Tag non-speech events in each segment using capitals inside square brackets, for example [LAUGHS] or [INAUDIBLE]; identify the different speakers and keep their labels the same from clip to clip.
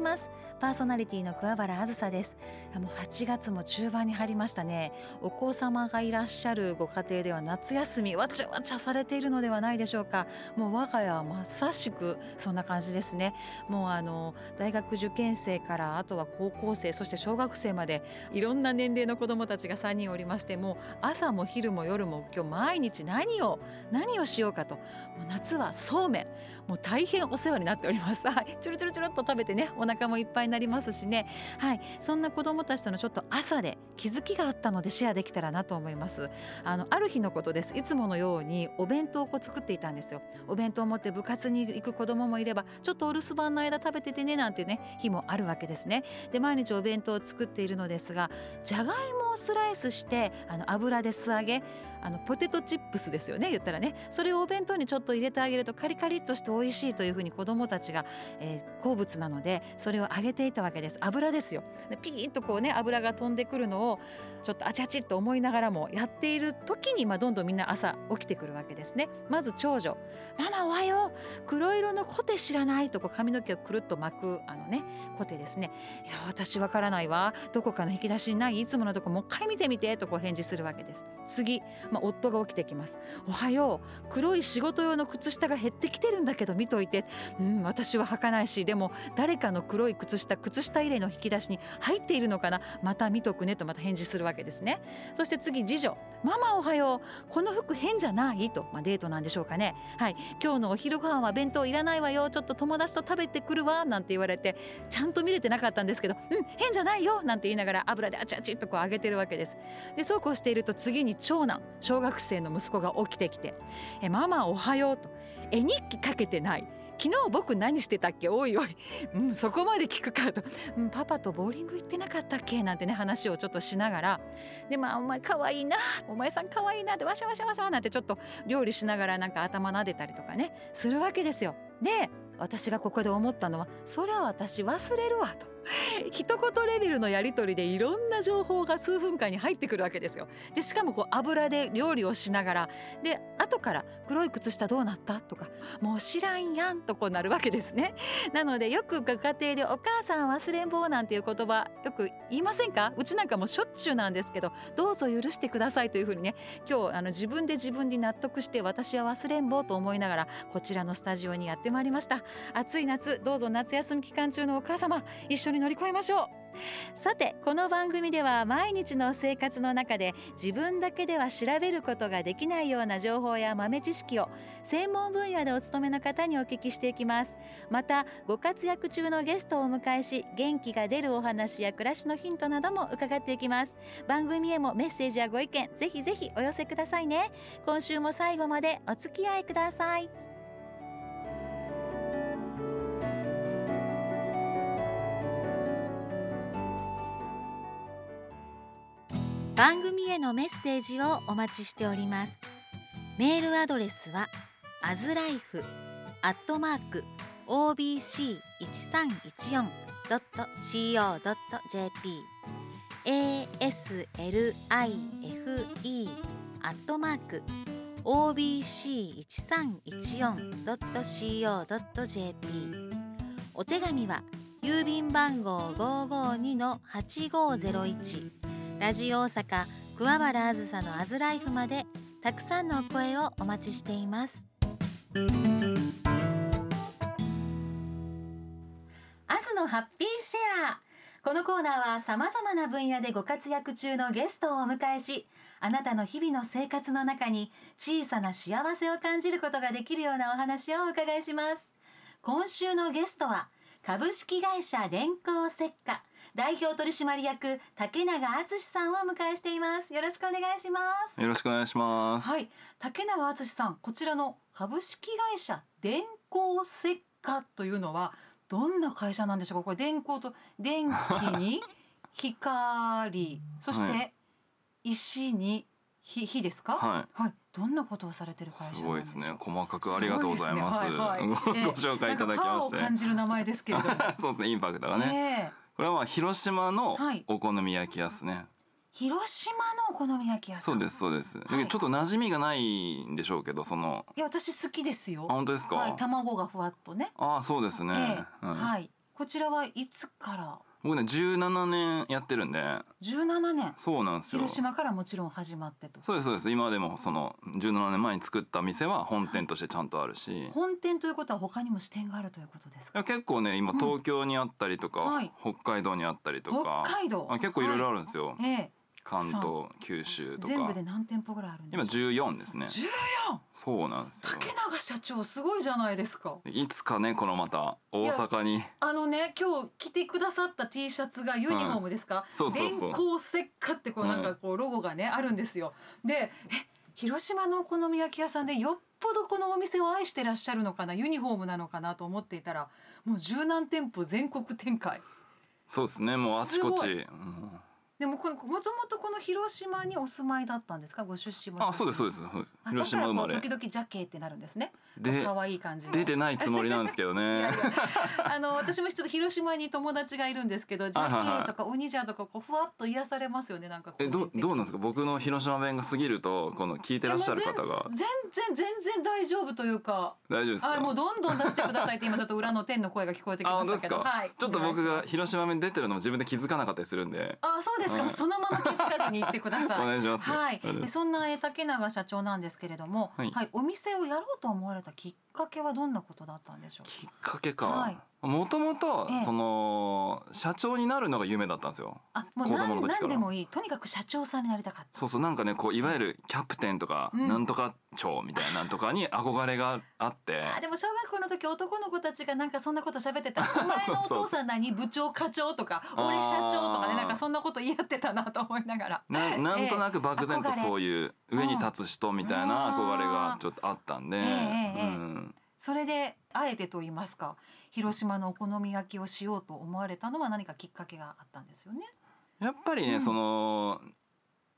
Speaker 1: ますパーソナリティの桑原あずさですあもう8月も中盤に入りましたねお子様がいらっしゃるご家庭では夏休みわちゃわちゃされているのではないでしょうかもう我が家はまさしくそんな感じですねもうあの大学受験生からあとは高校生そして小学生までいろんな年齢の子どもたちが3人おりましてもう朝も昼も夜も今日毎日何を何をしようかともう夏はそうめんもう大変お世話になっております。 [LAUGHS] はい、チュルチュルチュルっと食べてね、お腹もいっぱいになりますしね。はい、そんな子供たちとのちょっと朝で気づきがあったのでシェアできたらなと思います。あのある日のことです。いつものようにお弁当をこう作っていたんですよ。お弁当を持って部活に行く子供もいれば、ちょっとお留守番の間食べててねなんてね日もあるわけですね。で毎日お弁当を作っているのですが、じゃがいもをスライスしてあの油で素揚げ。あのポテトチップスですよね言ったらねそれをお弁当にちょっと入れてあげるとカリカリっとして美味しいというふうに子どもたちが、えー好物なのでそれを揚げていたわけです油ですよでピーッとこうね油が飛んでくるのをちょっとあちあちっと思いながらもやっている時に、まあ、どんどんみんな朝起きてくるわけですねまず長女「ママおはよう黒色のコテ知らない」とこう髪の毛をくるっと巻くあのねコテですね「いや私わからないわどこかの引き出しにないいつものとこもう一回見てみて」とこう返事するわけです次まあ、夫が起きてきます「おはよう黒い仕事用の靴下が減ってきてるんだけど見といて」うん「私は履かないしでも誰かの黒い靴下靴下入れの引き出しに入っているのかなまた見とくね」とまた返事するわけですね。そして次次女「ママおはようこの服変じゃない?」と、まあ、デートなんでしょうかね「はい今日のお昼ご飯は弁当いらないわよちょっと友達と食べてくるわ」なんて言われてちゃんと見れてなかったんですけど「うん変じゃないよ」なんて言いながら油であちあちっとこう揚げてるわけです。でそうこうしていると次に長男小学生の息子が起きてきて「えママおはよう」と「絵日記かけてない」「昨日僕何してたっけおいおい、うん、そこまで聞くか」と、うん「パパとボーリング行ってなかったっけ?」なんてね話をちょっとしながらでまあ「お前かわいいなお前さんかわいいな」ってわしゃわしゃわしゃなんてちょっと料理しながらなんか頭撫でたりとかねするわけですよ。で私がここで思ったのは「そりゃ私忘れるわ」と。一言レベルのやり取りでいろんな情報が数分間に入ってくるわけですよ。でしかもこう油で料理をしながらで後から「黒い靴下どうなった?」とか「もう知らんやん」とこうなるわけですね。 [LAUGHS] なのでよくご家庭で「お母さん忘れん坊」なんていう言葉よく言いませんかうちなんかもしょっちゅうなんですけど「どうぞ許してください」というふうにね今日あの自分で自分に納得して私は忘れん坊と思いながらこちらのスタジオにやってまいりました。暑い夏どうぞ夏休み期間中のお母様一緒に乗り越えましょうさてこの番組では毎日の生活の中で自分だけでは調べることができないような情報や豆知識を専門分野でお勤めの方にお聞きしていきますまたご活躍中のゲストをお迎えし元気が出るお話や暮らしのヒントなども伺っていきます番組へもメッセージやご意見ぜひぜひお寄せくださいね今週も最後までお付き合いください番組へのメッセージをお待ちしておりますメールアドレスは aslife.obc1314.co.jp aslife.obc1314.co.jp お手紙は郵便番号552-8501ラジオ大阪桑原あずさのアズライフまでたくさんのお声をお待ちしていますアズのハッピーシェアこのコーナーはさまざまな分野でご活躍中のゲストをお迎えしあなたの日々の生活の中に小さな幸せを感じることができるようなお話をお伺いします今週のゲストは株式会社電光石火代表取締役竹永敦さんをお迎えしていますよろしくお願いします
Speaker 2: よろしくお願いします。
Speaker 1: はい竹永敦さんこちらの株式会社電光石火というのはどんな会社なんでしょうかこれ電光と電気に
Speaker 2: [LAUGHS]
Speaker 1: 光そし
Speaker 2: は
Speaker 1: て石に火火ですか、
Speaker 2: はい
Speaker 1: どんなことをされてる会社
Speaker 2: す
Speaker 1: なん
Speaker 2: ごい
Speaker 1: でしょ
Speaker 2: です
Speaker 1: う
Speaker 2: ね。細かくありがとうございます。
Speaker 1: ごはいはいええ
Speaker 2: [LAUGHS] ご紹介いただき
Speaker 1: なんかパ
Speaker 2: ま
Speaker 1: ワー
Speaker 2: し
Speaker 1: を感
Speaker 2: て。
Speaker 1: じる名前ですけれども、
Speaker 2: [LAUGHS] そうですね。インパクトがね。
Speaker 1: ええ
Speaker 2: これはまあ広島の
Speaker 1: はい
Speaker 2: お好み焼き屋ですね。
Speaker 1: 広島のお好み焼き屋さ
Speaker 2: そ
Speaker 1: ん
Speaker 2: うですそうです。だけど
Speaker 1: はい
Speaker 2: ちょっと馴染みがないんでしょうけど、その
Speaker 1: いや私好きですよ
Speaker 2: あ本当ですか。
Speaker 1: はい、卵がふわっとね。
Speaker 2: ああそうですね。
Speaker 1: ええ
Speaker 2: うん
Speaker 1: はい。ここちらはいつから
Speaker 2: 僕ね17年やってるんで
Speaker 1: 17年
Speaker 2: そうなんですよ
Speaker 1: 広島からもちろん始まってと
Speaker 2: そうですそうです今でもその17年前に作った店は本店としてちゃんとあるし
Speaker 1: 本店ということは他にも支店があるということです
Speaker 2: い
Speaker 1: か
Speaker 2: や結構ね今
Speaker 1: うん
Speaker 2: 東京にあったりとか、
Speaker 1: はい
Speaker 2: 北海道にあったりと
Speaker 1: 北
Speaker 2: か
Speaker 1: 海道
Speaker 2: あ結構いろいろあ
Speaker 1: る、
Speaker 2: るんですよ、
Speaker 1: はいええ
Speaker 2: 関東九州と
Speaker 1: 全部
Speaker 2: か
Speaker 1: で何店舗ぐらいあるんで
Speaker 2: 今
Speaker 1: すか
Speaker 2: 14ですね
Speaker 1: 14
Speaker 2: そうなんですよ
Speaker 1: 竹永社長すごいじゃないですか
Speaker 2: いつかねこのまた大阪に
Speaker 1: あのね今日着てくださった T シャツがユニフォームですか、
Speaker 2: そうそうそう
Speaker 1: 電光石火ってこう
Speaker 2: うん
Speaker 1: なんかこうロゴがね、あるんですよでえ広島のお好み焼き屋さんでよっぽどこのお店を愛してらっしゃるのかなユニフォームなのかなと思っていたらもう十何店舗全国展開
Speaker 2: そうですねもうあちこ
Speaker 1: す
Speaker 2: ち、
Speaker 1: ご
Speaker 2: うん
Speaker 1: でもこのもともとこの広島にお住まいだったんですかご出身も
Speaker 2: あそうですそううですそうです広
Speaker 1: 広島
Speaker 2: 島
Speaker 1: 生
Speaker 2: 生
Speaker 1: ま
Speaker 2: ま
Speaker 1: れ
Speaker 2: れ
Speaker 1: 時々ジャケってなるんですね
Speaker 2: で
Speaker 1: 可愛い感じの
Speaker 2: 出てないつもりなんです
Speaker 1: [LAUGHS]
Speaker 2: けどね [LAUGHS]
Speaker 1: あの私もちょっと広島に友達がいるんですけど、ジャ
Speaker 2: はいはい
Speaker 1: ケ
Speaker 2: はい
Speaker 1: とかオニジャとかこうふわっと癒されますよねなんか
Speaker 2: えどうどう
Speaker 1: っ
Speaker 2: なんですか僕の広島弁が過ぎるとこの聞いてらっしゃる方が
Speaker 1: 全然全然全然大丈夫というか、
Speaker 2: 大丈夫ですか
Speaker 1: あもうどんどん出してくださいって今ちょっと裏の天の声が聞こえてき
Speaker 2: あ
Speaker 1: ま
Speaker 2: 本
Speaker 1: し
Speaker 2: 当
Speaker 1: たけ
Speaker 2: ですか、
Speaker 1: ど、はい、
Speaker 2: ちょっと僕
Speaker 1: お願いしま
Speaker 2: が
Speaker 1: す。
Speaker 2: 広島弁出てるのも自分で気づかなかったりするんで
Speaker 1: あそうですか、
Speaker 2: はい
Speaker 1: もうそのまま気づかずに言ってくだ
Speaker 2: お
Speaker 1: さい。
Speaker 2: 願いします
Speaker 1: はい、
Speaker 2: あれ
Speaker 1: でそんなえー竹永社長なんですけれども、は
Speaker 2: はいい、
Speaker 1: お店をやろうと思われたきっかけはどんなことだったんでしょう
Speaker 2: きっかけ
Speaker 1: は
Speaker 2: か
Speaker 1: い
Speaker 2: もともと
Speaker 1: ええ
Speaker 2: その社長になるのが夢だったんですよ
Speaker 1: あ、もう
Speaker 2: 子供
Speaker 1: 何
Speaker 2: の時から
Speaker 1: 何でもいい、とにかく社長さんになりたかった。
Speaker 2: そうそうなんかねこういわゆるキャプテンとか、
Speaker 1: うん
Speaker 2: なんとか長みたいななんとかに憧れがあって
Speaker 1: あーでも小学校の時男の子たちがなんか [LAUGHS] そんなこと喋ってたお前のお父さん何部長課長とか
Speaker 2: あー
Speaker 1: 俺社長とかねなんかそんなこと言い合ってたなと思いながら
Speaker 2: ななんとなく漠然と
Speaker 1: 憧れ
Speaker 2: そういう上に立つ人みたいな
Speaker 1: うん
Speaker 2: 憧れがちょっとあったんで、
Speaker 1: ええええ
Speaker 2: うん、
Speaker 1: それであえてと言いますか広島のお好み焼きをしようと思われたのは何かきっかけがあったんですよね。
Speaker 2: やっぱりね、
Speaker 1: うん
Speaker 2: その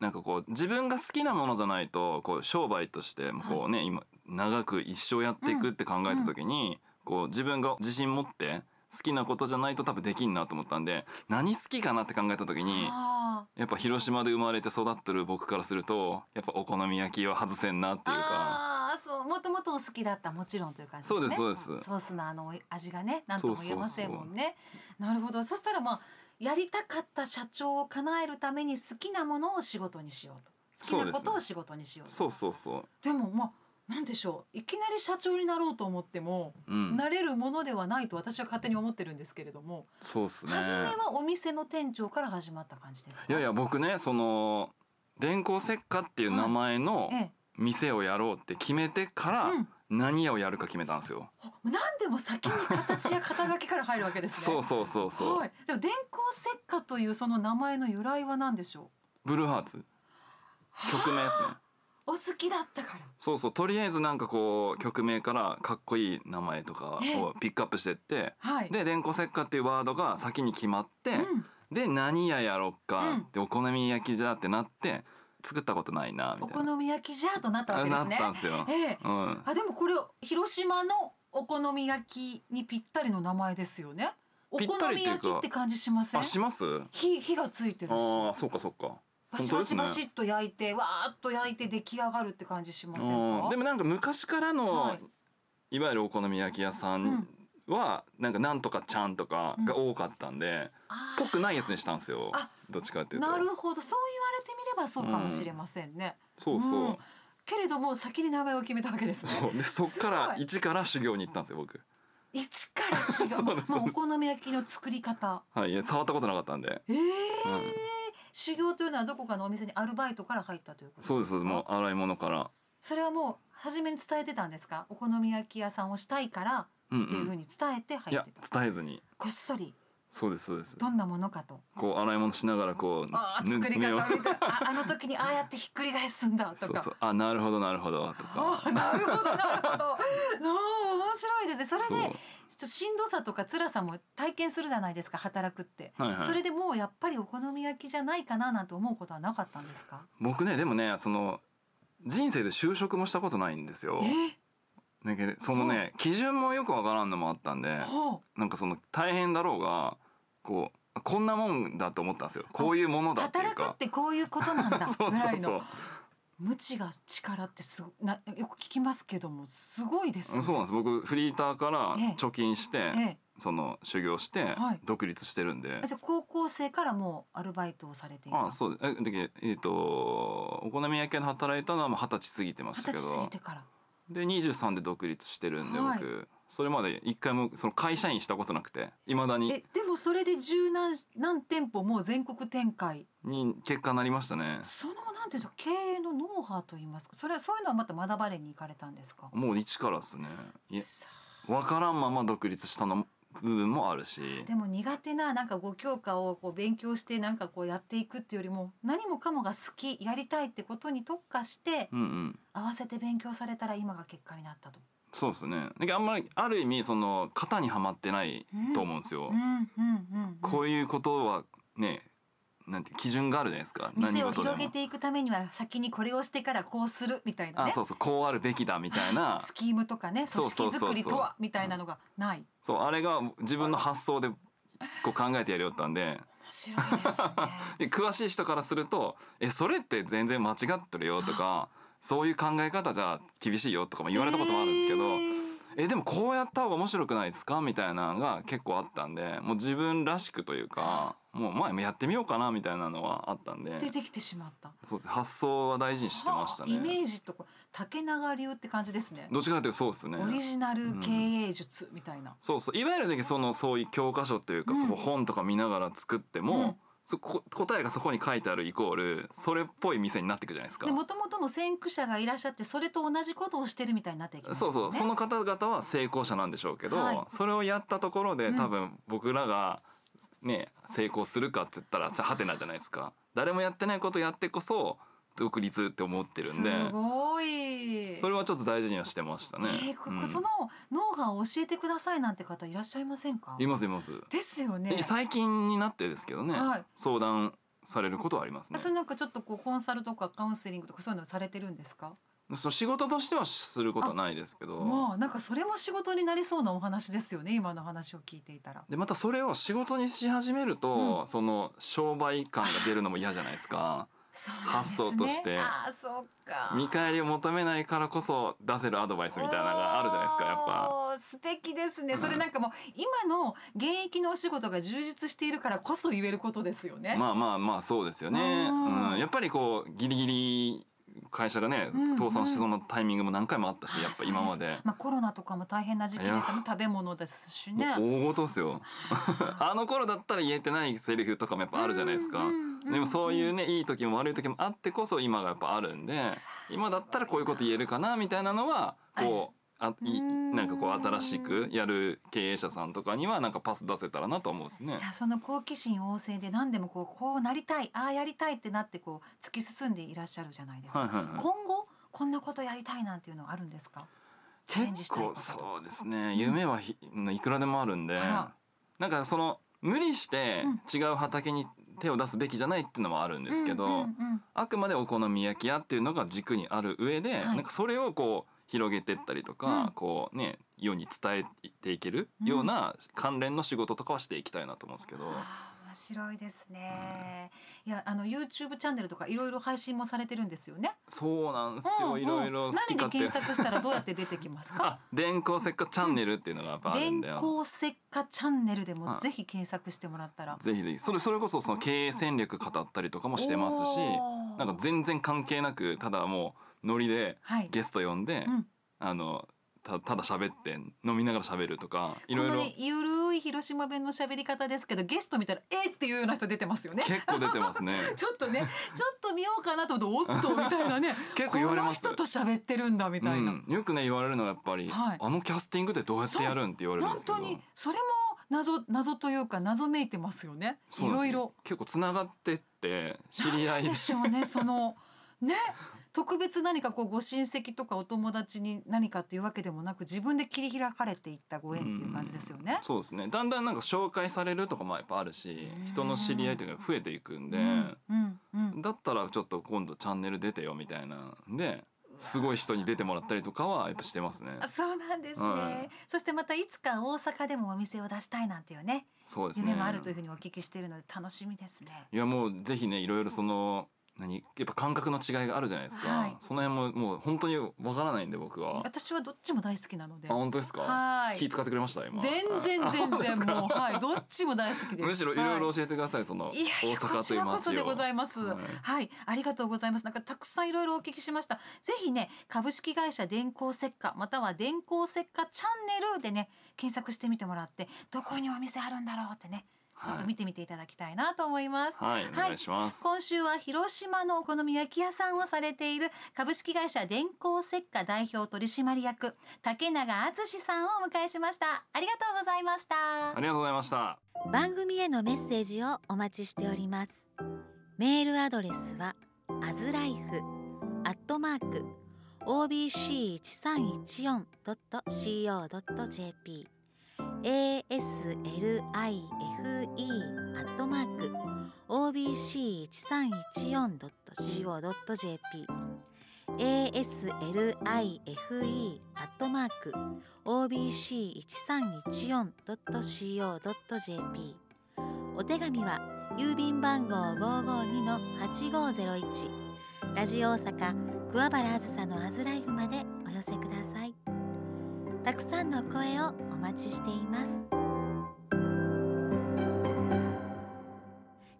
Speaker 2: なんかこう自分が好きなものじゃないとこう商売としてこうね、今長く一生やっていくって考えた時に、こう自分が自信持って好きなことじゃないと多分できんなと思ったんで何好きかなって考えた時に
Speaker 1: あ
Speaker 2: やっぱ広島で生まれて育ってる僕からするとやっぱお好み焼きは外せんなっていうか
Speaker 1: あーそうもともとお好きだったもちろんという感じですね。
Speaker 2: そうですそうです
Speaker 1: ソースのあの味がね何とも言えませんもんね。なるほどそしたらまあやりたかった社長を叶えるために好きなものを仕事にしようと。好きなことを仕事にしようと
Speaker 2: そうそうそ
Speaker 1: でもまあなんでしょういきなり社長になろうと思っても、
Speaker 2: う、うん、
Speaker 1: なれるものではないと私は勝手に思ってるんですけれども、
Speaker 2: そうっすね
Speaker 1: 初めはお店の店長から始まった感じですか
Speaker 2: いやいや僕ねその電光石火っていう名前の
Speaker 1: ええ
Speaker 2: 店をやろうって決めてから
Speaker 1: うん
Speaker 2: 何をやるか決めたんですよ、
Speaker 1: あ何でも先に形や肩書きから入るわけですね
Speaker 2: そうそうそうそう、
Speaker 1: はい、でも電光石火というその名前の由来は何でしょ
Speaker 2: ブルーハーツ
Speaker 1: う
Speaker 2: 曲名ですね
Speaker 1: [LAUGHS] お好きだったから
Speaker 2: そうそうとりあえずなんかこう曲名からかっこいい名前とかをピックアップしてって
Speaker 1: はい
Speaker 2: で電光石火っていうワードが先に決まって、
Speaker 1: うん、
Speaker 2: で何ややろっ
Speaker 1: う
Speaker 2: か
Speaker 1: ん、
Speaker 2: でお好み焼きじゃってなって作ったことないな
Speaker 1: お
Speaker 2: みたいな
Speaker 1: 好み焼きじゃーとなったわけで
Speaker 2: な
Speaker 1: す
Speaker 2: っ
Speaker 1: ね
Speaker 2: たんですよ、
Speaker 1: ええ
Speaker 2: うん、
Speaker 1: あでもこれ広島のお好み焼きにぴったりの名前ですよね。お
Speaker 2: ぴっ
Speaker 1: 好
Speaker 2: たりっ
Speaker 1: み
Speaker 2: ていうか
Speaker 1: 焼きって感じしません
Speaker 2: あ。しますあ
Speaker 1: 火火がついてるし、
Speaker 2: ーそうかそうか
Speaker 1: バシバシ
Speaker 2: 本当ですね
Speaker 1: バシッと焼いて、わーっと焼いて出来上がるって感じしません
Speaker 2: うん
Speaker 1: か。
Speaker 2: でもなんか昔からの、
Speaker 1: はい
Speaker 2: い、わゆるお好み焼き屋さんは、なんかなんとかちゃんとかが多かったんで、
Speaker 1: あ
Speaker 2: ぽくないやつにしたんですよ
Speaker 1: あ
Speaker 2: どっちかって
Speaker 1: ー
Speaker 2: いうと
Speaker 1: なるほど、そう言われてみればそうかもしれませんね。
Speaker 2: そうそう、
Speaker 1: うんけれども先に名前を決めたわけですね。
Speaker 2: そうでそっか
Speaker 1: す
Speaker 2: ら
Speaker 1: ごい
Speaker 2: 一から修行に行ったんですよ僕
Speaker 1: 一から修
Speaker 2: [LAUGHS] そ
Speaker 1: 行、
Speaker 2: う
Speaker 1: も
Speaker 2: です
Speaker 1: うお好み焼きの作り方。
Speaker 2: はいいや触ったことなかったんで、
Speaker 1: ええ
Speaker 2: うん
Speaker 1: 修行というのはどこかのお店にアルバイトから入ったということですか
Speaker 2: そうですそうですもう洗い物から
Speaker 1: それはもう初めに伝えてたんですかお好み焼き屋さんをしたいから
Speaker 2: うん
Speaker 1: っていうふ
Speaker 2: う
Speaker 1: うんに伝えて
Speaker 2: い
Speaker 1: 入っ
Speaker 2: や
Speaker 1: てた、
Speaker 2: 伝えずに
Speaker 1: こっそり
Speaker 2: そうですそうです
Speaker 1: どんなものかと
Speaker 2: こう洗い物しながらこう
Speaker 1: ああ
Speaker 2: ぬ
Speaker 1: 作り
Speaker 2: 目
Speaker 1: 方
Speaker 2: を
Speaker 1: を見てああの時にああやってひっくり返すんだと
Speaker 2: そう
Speaker 1: か
Speaker 2: そうあなるほどなるほどと
Speaker 1: あ
Speaker 2: か
Speaker 1: あなるほどなるほ
Speaker 2: [LAUGHS]
Speaker 1: どの面白いですねそれ
Speaker 2: う
Speaker 1: でちょっとしんどさとか辛さも体験するじゃないですか働くって、
Speaker 2: はいはい
Speaker 1: それでもうやっぱりお好み焼きじゃないかななんて思うことはなかったんですか
Speaker 2: 僕ねでもねその人生で就職もしたことないんですよ。だけどそのね基準もよくわからんのもあったんで
Speaker 1: ほ
Speaker 2: なんかその大変だろうがこうこんなもんだと思ったんですよこういうもの
Speaker 1: う
Speaker 2: だってい
Speaker 1: 働
Speaker 2: う
Speaker 1: くっ
Speaker 2: か。
Speaker 1: てこういうことなんだ
Speaker 2: [LAUGHS] そう
Speaker 1: ぐら
Speaker 2: そ
Speaker 1: いう
Speaker 2: そ
Speaker 1: の
Speaker 2: う
Speaker 1: 無知が力ってすごなよく聞きますけどもすごいですね。
Speaker 2: そうなんです僕フリーターから
Speaker 1: ええ
Speaker 2: 貯金して、
Speaker 1: え
Speaker 2: その修行して
Speaker 1: はい
Speaker 2: 独立してるんで、
Speaker 1: え、じゃあ高校生からもうアルバイトをされていた。
Speaker 2: あそうでえでえっ、とお好み焼き屋で働いたのはもう二十歳過ぎてま
Speaker 1: 二
Speaker 2: した
Speaker 1: 十
Speaker 2: け
Speaker 1: 歳過ぎ
Speaker 2: ど
Speaker 1: てから。
Speaker 2: で23で独立してるんで僕、
Speaker 1: はい
Speaker 2: それまで一回もその会社員したことなくていまだに
Speaker 1: えでもそれで十何何店舗もう全国展開
Speaker 2: に結果になりましたね
Speaker 1: そのなんていうんでしょう経営のノウハウといいますかそれはそういうのはまた学ばれに行かれたんですか
Speaker 2: もう一からですねいや
Speaker 1: さあ
Speaker 2: 分からんまま独立したの部分もあるし
Speaker 1: でも苦手ななんかご教科をこう勉強してなんかこうやっていくっていうよりも何もかもが好きやりたいってことに特化して
Speaker 2: うんうん
Speaker 1: 合わせて勉強されたら今が結果になったと。
Speaker 2: そうですねなんかあんまりある意味その型にはまってないと思うんですよ、
Speaker 1: うんうんうんうん
Speaker 2: こういうことはねなんて基準があるじゃないですか
Speaker 1: 店を
Speaker 2: 何事でも
Speaker 1: 広げていくためには先にこれをしてからこうするみたいな
Speaker 2: あ
Speaker 1: ね
Speaker 2: そうそうこうあるべきだみたいな
Speaker 1: スキームとかね
Speaker 2: そう
Speaker 1: 組
Speaker 2: そう
Speaker 1: 織
Speaker 2: そうそう
Speaker 1: 作りとはみたいなのがない。面
Speaker 2: そうあれが自分の発想でこう考えてやりよったんで
Speaker 1: 白いですね。
Speaker 2: で詳しい人からすると「えそれって全然間違ってるよ」と
Speaker 1: [GASPS]
Speaker 2: か「そういう考え方じゃ厳しいよ」とか [LAUGHS] も言われたこともあるんですけど。えでもこうやった方が面白くないですかみたいなのが結構あったんでもう自分らしくというかもう前もやってみようかなみたいなのはあったんで
Speaker 1: けど出てきてしまった。
Speaker 2: そうです発想は大事にしてました
Speaker 1: はあイメ
Speaker 2: ね
Speaker 1: ージとこう竹永流って感じですね。
Speaker 2: どっちかというとそうですね
Speaker 1: オリジナル経営術みたいな。
Speaker 2: そうそういわゆるだけそのそういう教科書という
Speaker 1: う
Speaker 2: か、
Speaker 1: ん
Speaker 2: その本とか見ながら作っても、
Speaker 1: うん
Speaker 2: そこ答えがそこに書いてあるイコールそれっぽい店になってくじゃないですか
Speaker 1: で。もともとの先駆者がいらっしゃってそれと同じことをしてるみたいになっていきますよ
Speaker 2: そう
Speaker 1: ね。
Speaker 2: そう、その方々は成功者なんでしょうけど、
Speaker 1: はい
Speaker 2: それをやったところで
Speaker 1: うん
Speaker 2: 多分僕らが、ね成功するかって言ったらじゃあハテナじゃないですか誰もやってないことやってこそ独立って思ってるんです
Speaker 1: ごい。
Speaker 2: それはちょっと大事にはしてましたね、
Speaker 1: えーこ
Speaker 2: うん
Speaker 1: こそのノウハウを教えてくださいなんて方いらっしゃいませんか
Speaker 2: い。ますいます、
Speaker 1: ですよね
Speaker 2: え。最近になってですけどね、
Speaker 1: はい
Speaker 2: 相談されることはありますね
Speaker 1: それなんかちょっとこうコンサルとかカウンセリングとかそういうのされてるんですか。
Speaker 2: そう仕事としてはすることはないですけど
Speaker 1: まあなんかそれも仕事になりそうなお話ですよね今の話を聞いていたら。
Speaker 2: でまたそれを仕事にし始めると、その商売感が出るのも嫌じゃないですか
Speaker 1: そうなんです
Speaker 2: 発
Speaker 1: ね
Speaker 2: 想として
Speaker 1: ああそうか。
Speaker 2: 見返りを求めないからこそ出せるアドバイスみたいなのがあるじゃないですかやっぱ
Speaker 1: おー素敵ですね、
Speaker 2: うん
Speaker 1: それなんかもう今の現役のお仕事が充実しているからこそ言えることですよね、
Speaker 2: まあまあまあそうですよね、
Speaker 1: うん
Speaker 2: うん、やっぱりこうギリギリ会社がね
Speaker 1: うんうん
Speaker 2: 倒産しそうなタイミングも何回もあったし、やっぱ今まで
Speaker 1: あそうすかまあコロナとかも大変な時期でした
Speaker 2: い
Speaker 1: ね食べ物ですしね
Speaker 2: もう大事ですよ [LAUGHS] あの頃だったら言えてないセリフとかもやっぱあるじゃないですか、
Speaker 1: うんうんうん
Speaker 2: でもそういうねいい時も悪い時もあってこそ今がやっぱあるんで今だったらこういうこと言えるかなみたいなのはこうあい
Speaker 1: うん
Speaker 2: なんかこう新しくやる経営者さんとかにはなんかパス出せたらなと思うんですね
Speaker 1: い。やその好奇心旺盛で何でもこうこうなりたいああやりたいってなってこう突き進んでいらっしゃるじゃないですか、
Speaker 2: はいはいはい
Speaker 1: 今後こんなことやりたいなんていうのはあるんですかチャレンジし
Speaker 2: 結
Speaker 1: たいこ
Speaker 2: 構
Speaker 1: と
Speaker 2: そうですね夢はひいくらでもあるんで
Speaker 1: あら
Speaker 2: なんかその無理して
Speaker 1: うん
Speaker 2: 違う畑に手を出すべきじゃないっていうのもあるんですけど、
Speaker 1: うんうんうん
Speaker 2: あくまでお好み焼き屋っていうのが軸にある上で、
Speaker 1: い
Speaker 2: なんかそれをこう広げてったりとか、
Speaker 1: うん
Speaker 2: こうね世に伝えていけるような関連の仕事とかはしていきたいなと思うんですけど、
Speaker 1: あー面白いですね、いやあの YouTube チャンネルとかいろいろ配信もされてるんですよね
Speaker 2: そうなんです
Speaker 1: う
Speaker 2: よ、
Speaker 1: んうん
Speaker 2: いろいろ好き
Speaker 1: 何
Speaker 2: 勝
Speaker 1: で
Speaker 2: 手
Speaker 1: 検索したらどうやって出てきますか
Speaker 2: [LAUGHS] あ電光石火チャンネルっていうのがやっ [LAUGHS] ぱある
Speaker 1: 電
Speaker 2: んだよ。
Speaker 1: 光石火チャンネルで
Speaker 2: は
Speaker 1: も
Speaker 2: い
Speaker 1: ぜひ検索してもらったら
Speaker 2: ぜひぜひそれそれこそその経営戦略語ったりとかもしてますし
Speaker 1: おー
Speaker 2: なんか全然関係なくただもうノリで
Speaker 1: はい
Speaker 2: ゲスト呼んで、
Speaker 1: うん
Speaker 2: あのたただ喋って飲みながら喋るとかい
Speaker 1: こ
Speaker 2: ろい
Speaker 1: の
Speaker 2: ろ
Speaker 1: ねゆるい広島弁の喋り方ですけどゲスト見たらえっていうような人出てますよね
Speaker 2: [LAUGHS] 結構出てますね
Speaker 1: [LAUGHS] ちょっとねちょっと見ようかなと思っておっとみたいなね
Speaker 2: [LAUGHS] 結構言われます
Speaker 1: この人と喋ってるんだみたいな、
Speaker 2: うん、よくね言われるのはやっぱり、
Speaker 1: はい
Speaker 2: あのキャスティングでどうやってやるんって言われるんで
Speaker 1: 本
Speaker 2: すけど
Speaker 1: 当にそれも謎謎というか謎めいてますよねい
Speaker 2: そうなん
Speaker 1: ろ
Speaker 2: です
Speaker 1: い
Speaker 2: よ
Speaker 1: ろ
Speaker 2: 結構つながってって知り合い
Speaker 1: でしょうねそのね特別何かこうご親戚とかお友達に何かっていうわけでもなく自分で切り開かれていったご縁っていう感じですよね。
Speaker 2: そうですねだんだんなんか紹介されるとかもやっぱあるし
Speaker 1: うん
Speaker 2: 人の知り合いというのが増えていくんで、
Speaker 1: うんうんうん
Speaker 2: だったらちょっと今度チャンネル出てよみたいなんですごい人に出てもらったりとかはやっぱしてますね
Speaker 1: あそうなんですね、
Speaker 2: はい
Speaker 1: そしてまたいつか大阪でもお店を出したいなんていうね
Speaker 2: そうですね
Speaker 1: 夢もあるというふうにお聞きしているので楽しみですね。
Speaker 2: いやもうぜひねいろいろその何やっぱ感覚の違いがあるじゃないですか、
Speaker 1: はい
Speaker 2: その辺ももう本当にわからないんで僕はあ
Speaker 1: 私はどっちも大好きなので。
Speaker 2: 本当ですか
Speaker 1: はい
Speaker 2: 気使ってくれました今 [LAUGHS]
Speaker 1: 全然
Speaker 2: あ
Speaker 1: 全然も
Speaker 2: あ本当で
Speaker 1: う
Speaker 2: すか
Speaker 1: はいどっちも大好きです。
Speaker 2: むしろいろい
Speaker 1: は
Speaker 2: ろ教えてください、その
Speaker 1: いやい
Speaker 2: 大
Speaker 1: やこ
Speaker 2: 阪と
Speaker 1: ち
Speaker 2: いう
Speaker 1: らこ
Speaker 2: 街
Speaker 1: そ
Speaker 2: を
Speaker 1: でございます、は
Speaker 2: はいい、
Speaker 1: ありがとうございますなんかたくさんいろいろお聞きしましたぜひね株式会社電光石火または電光石火チャンネルでね検索してみてもらってどこにお店あるんだろうってねちょっと見てみていただきたいなと思います、
Speaker 2: はい、お願いします、
Speaker 1: 今週は広島のお好み焼き屋さんをされている株式会社電光石火代表取締役竹永敦さんをお迎えしましたありがとうございました
Speaker 2: ありがとうございました
Speaker 3: 番組へのメッセージをお待ちしておりますメールアドレスは aslife.obc1314.co.jp aslife.obc1314.co.jp aslife.obc1314.co.jp お手紙は郵便番号552-8501ラジオ大阪桑原あずさのアズライフまでお寄せくださいたくさんの声をお待ちしています